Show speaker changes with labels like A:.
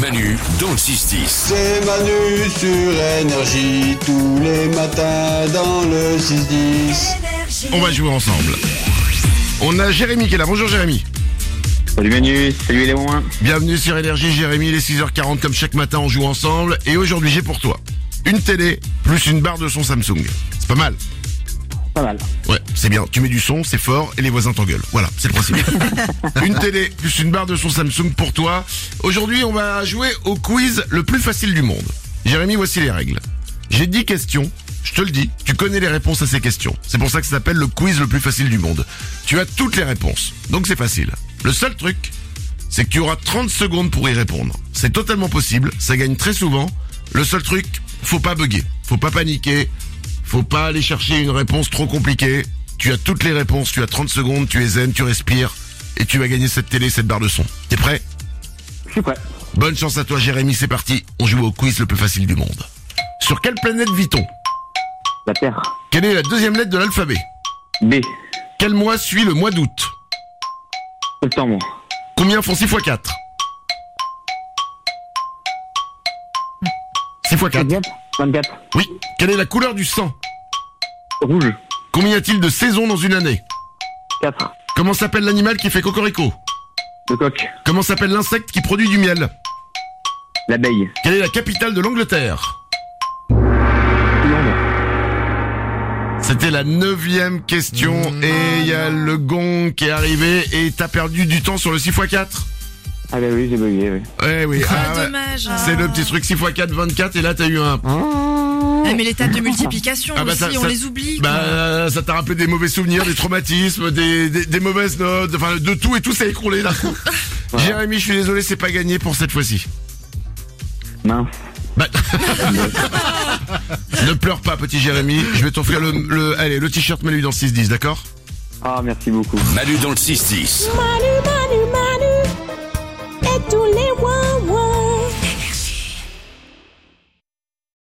A: Manu dans le 6-10.
B: C'est Manu sur énergie tous les matins dans le 6-10.
C: On va jouer ensemble. On a Jérémy qui est là. Bonjour Jérémy.
D: Salut Manu, salut les moins.
C: Bienvenue sur Énergie Jérémy, les 6h40 comme chaque matin on joue ensemble. Et aujourd'hui j'ai pour toi une télé plus une barre de son Samsung. C'est pas mal.
D: Pas mal.
C: Ouais, c'est bien. Tu mets du son, c'est fort et les voisins t'engueulent. Voilà, c'est le principe. une télé plus une barre de son Samsung pour toi. Aujourd'hui on va jouer au quiz le plus facile du monde. Jérémy, voici les règles. J'ai 10 questions. Je te le dis, tu connais les réponses à ces questions. C'est pour ça que ça s'appelle le quiz le plus facile du monde. Tu as toutes les réponses, donc c'est facile. Le seul truc, c'est que tu auras 30 secondes pour y répondre. C'est totalement possible, ça gagne très souvent. Le seul truc, faut pas bugger, faut pas paniquer, faut pas aller chercher une réponse trop compliquée. Tu as toutes les réponses, tu as 30 secondes, tu es zen, tu respires, et tu vas gagner cette télé, cette barre de son. T'es prêt
D: Je suis prêt.
C: Bonne chance à toi Jérémy, c'est parti, on joue au quiz le plus facile du monde. Sur quelle planète vit-on
D: La Terre.
C: Quelle est la deuxième lettre de l'alphabet
D: B.
C: Quel mois suit le mois d'août
D: Septembre.
C: Combien font 6 x 4 6 x 4
D: 24. 24.
C: Oui. Quelle est la couleur du sang
D: Rouge.
C: Combien y a-t-il de saisons dans une année
D: 4.
C: Comment s'appelle l'animal qui fait cocorico
D: Le coq.
C: Comment s'appelle l'insecte qui produit du miel
D: L'abeille.
C: Quelle est la capitale de l'Angleterre
D: Londres.
C: C'était la neuvième question et il y a le gong qui est arrivé et t'as perdu du temps sur le 6 x 4
D: Ah bah oui, j'ai bugué, oui.
C: Eh oui. ah ouais.
E: dommage.
C: C'est le petit truc 6 x 4, 24 et là t'as eu un...
E: Ah, mais les tables de multiplication
C: Ah bah
E: aussi,
C: ça-
E: on
C: ça-
E: les oublie.
C: Bah, ça t'a rappelé des mauvais souvenirs, des traumatismes, des, des, des mauvaises notes, enfin de tout et tout s'est écroulé là. Jérémy, je suis désolé, c'est pas gagné pour cette fois-ci.
D: Mince.
C: Bah- ne pleure pas, petit Jérémy. Je vais t'offrir le, le, allez, le t-shirt Manu dans le 6-10, d'accord
D: Ah, merci beaucoup.
A: Manu dans le 6-10.
F: Manu, Manu, Manu, et tous les rois.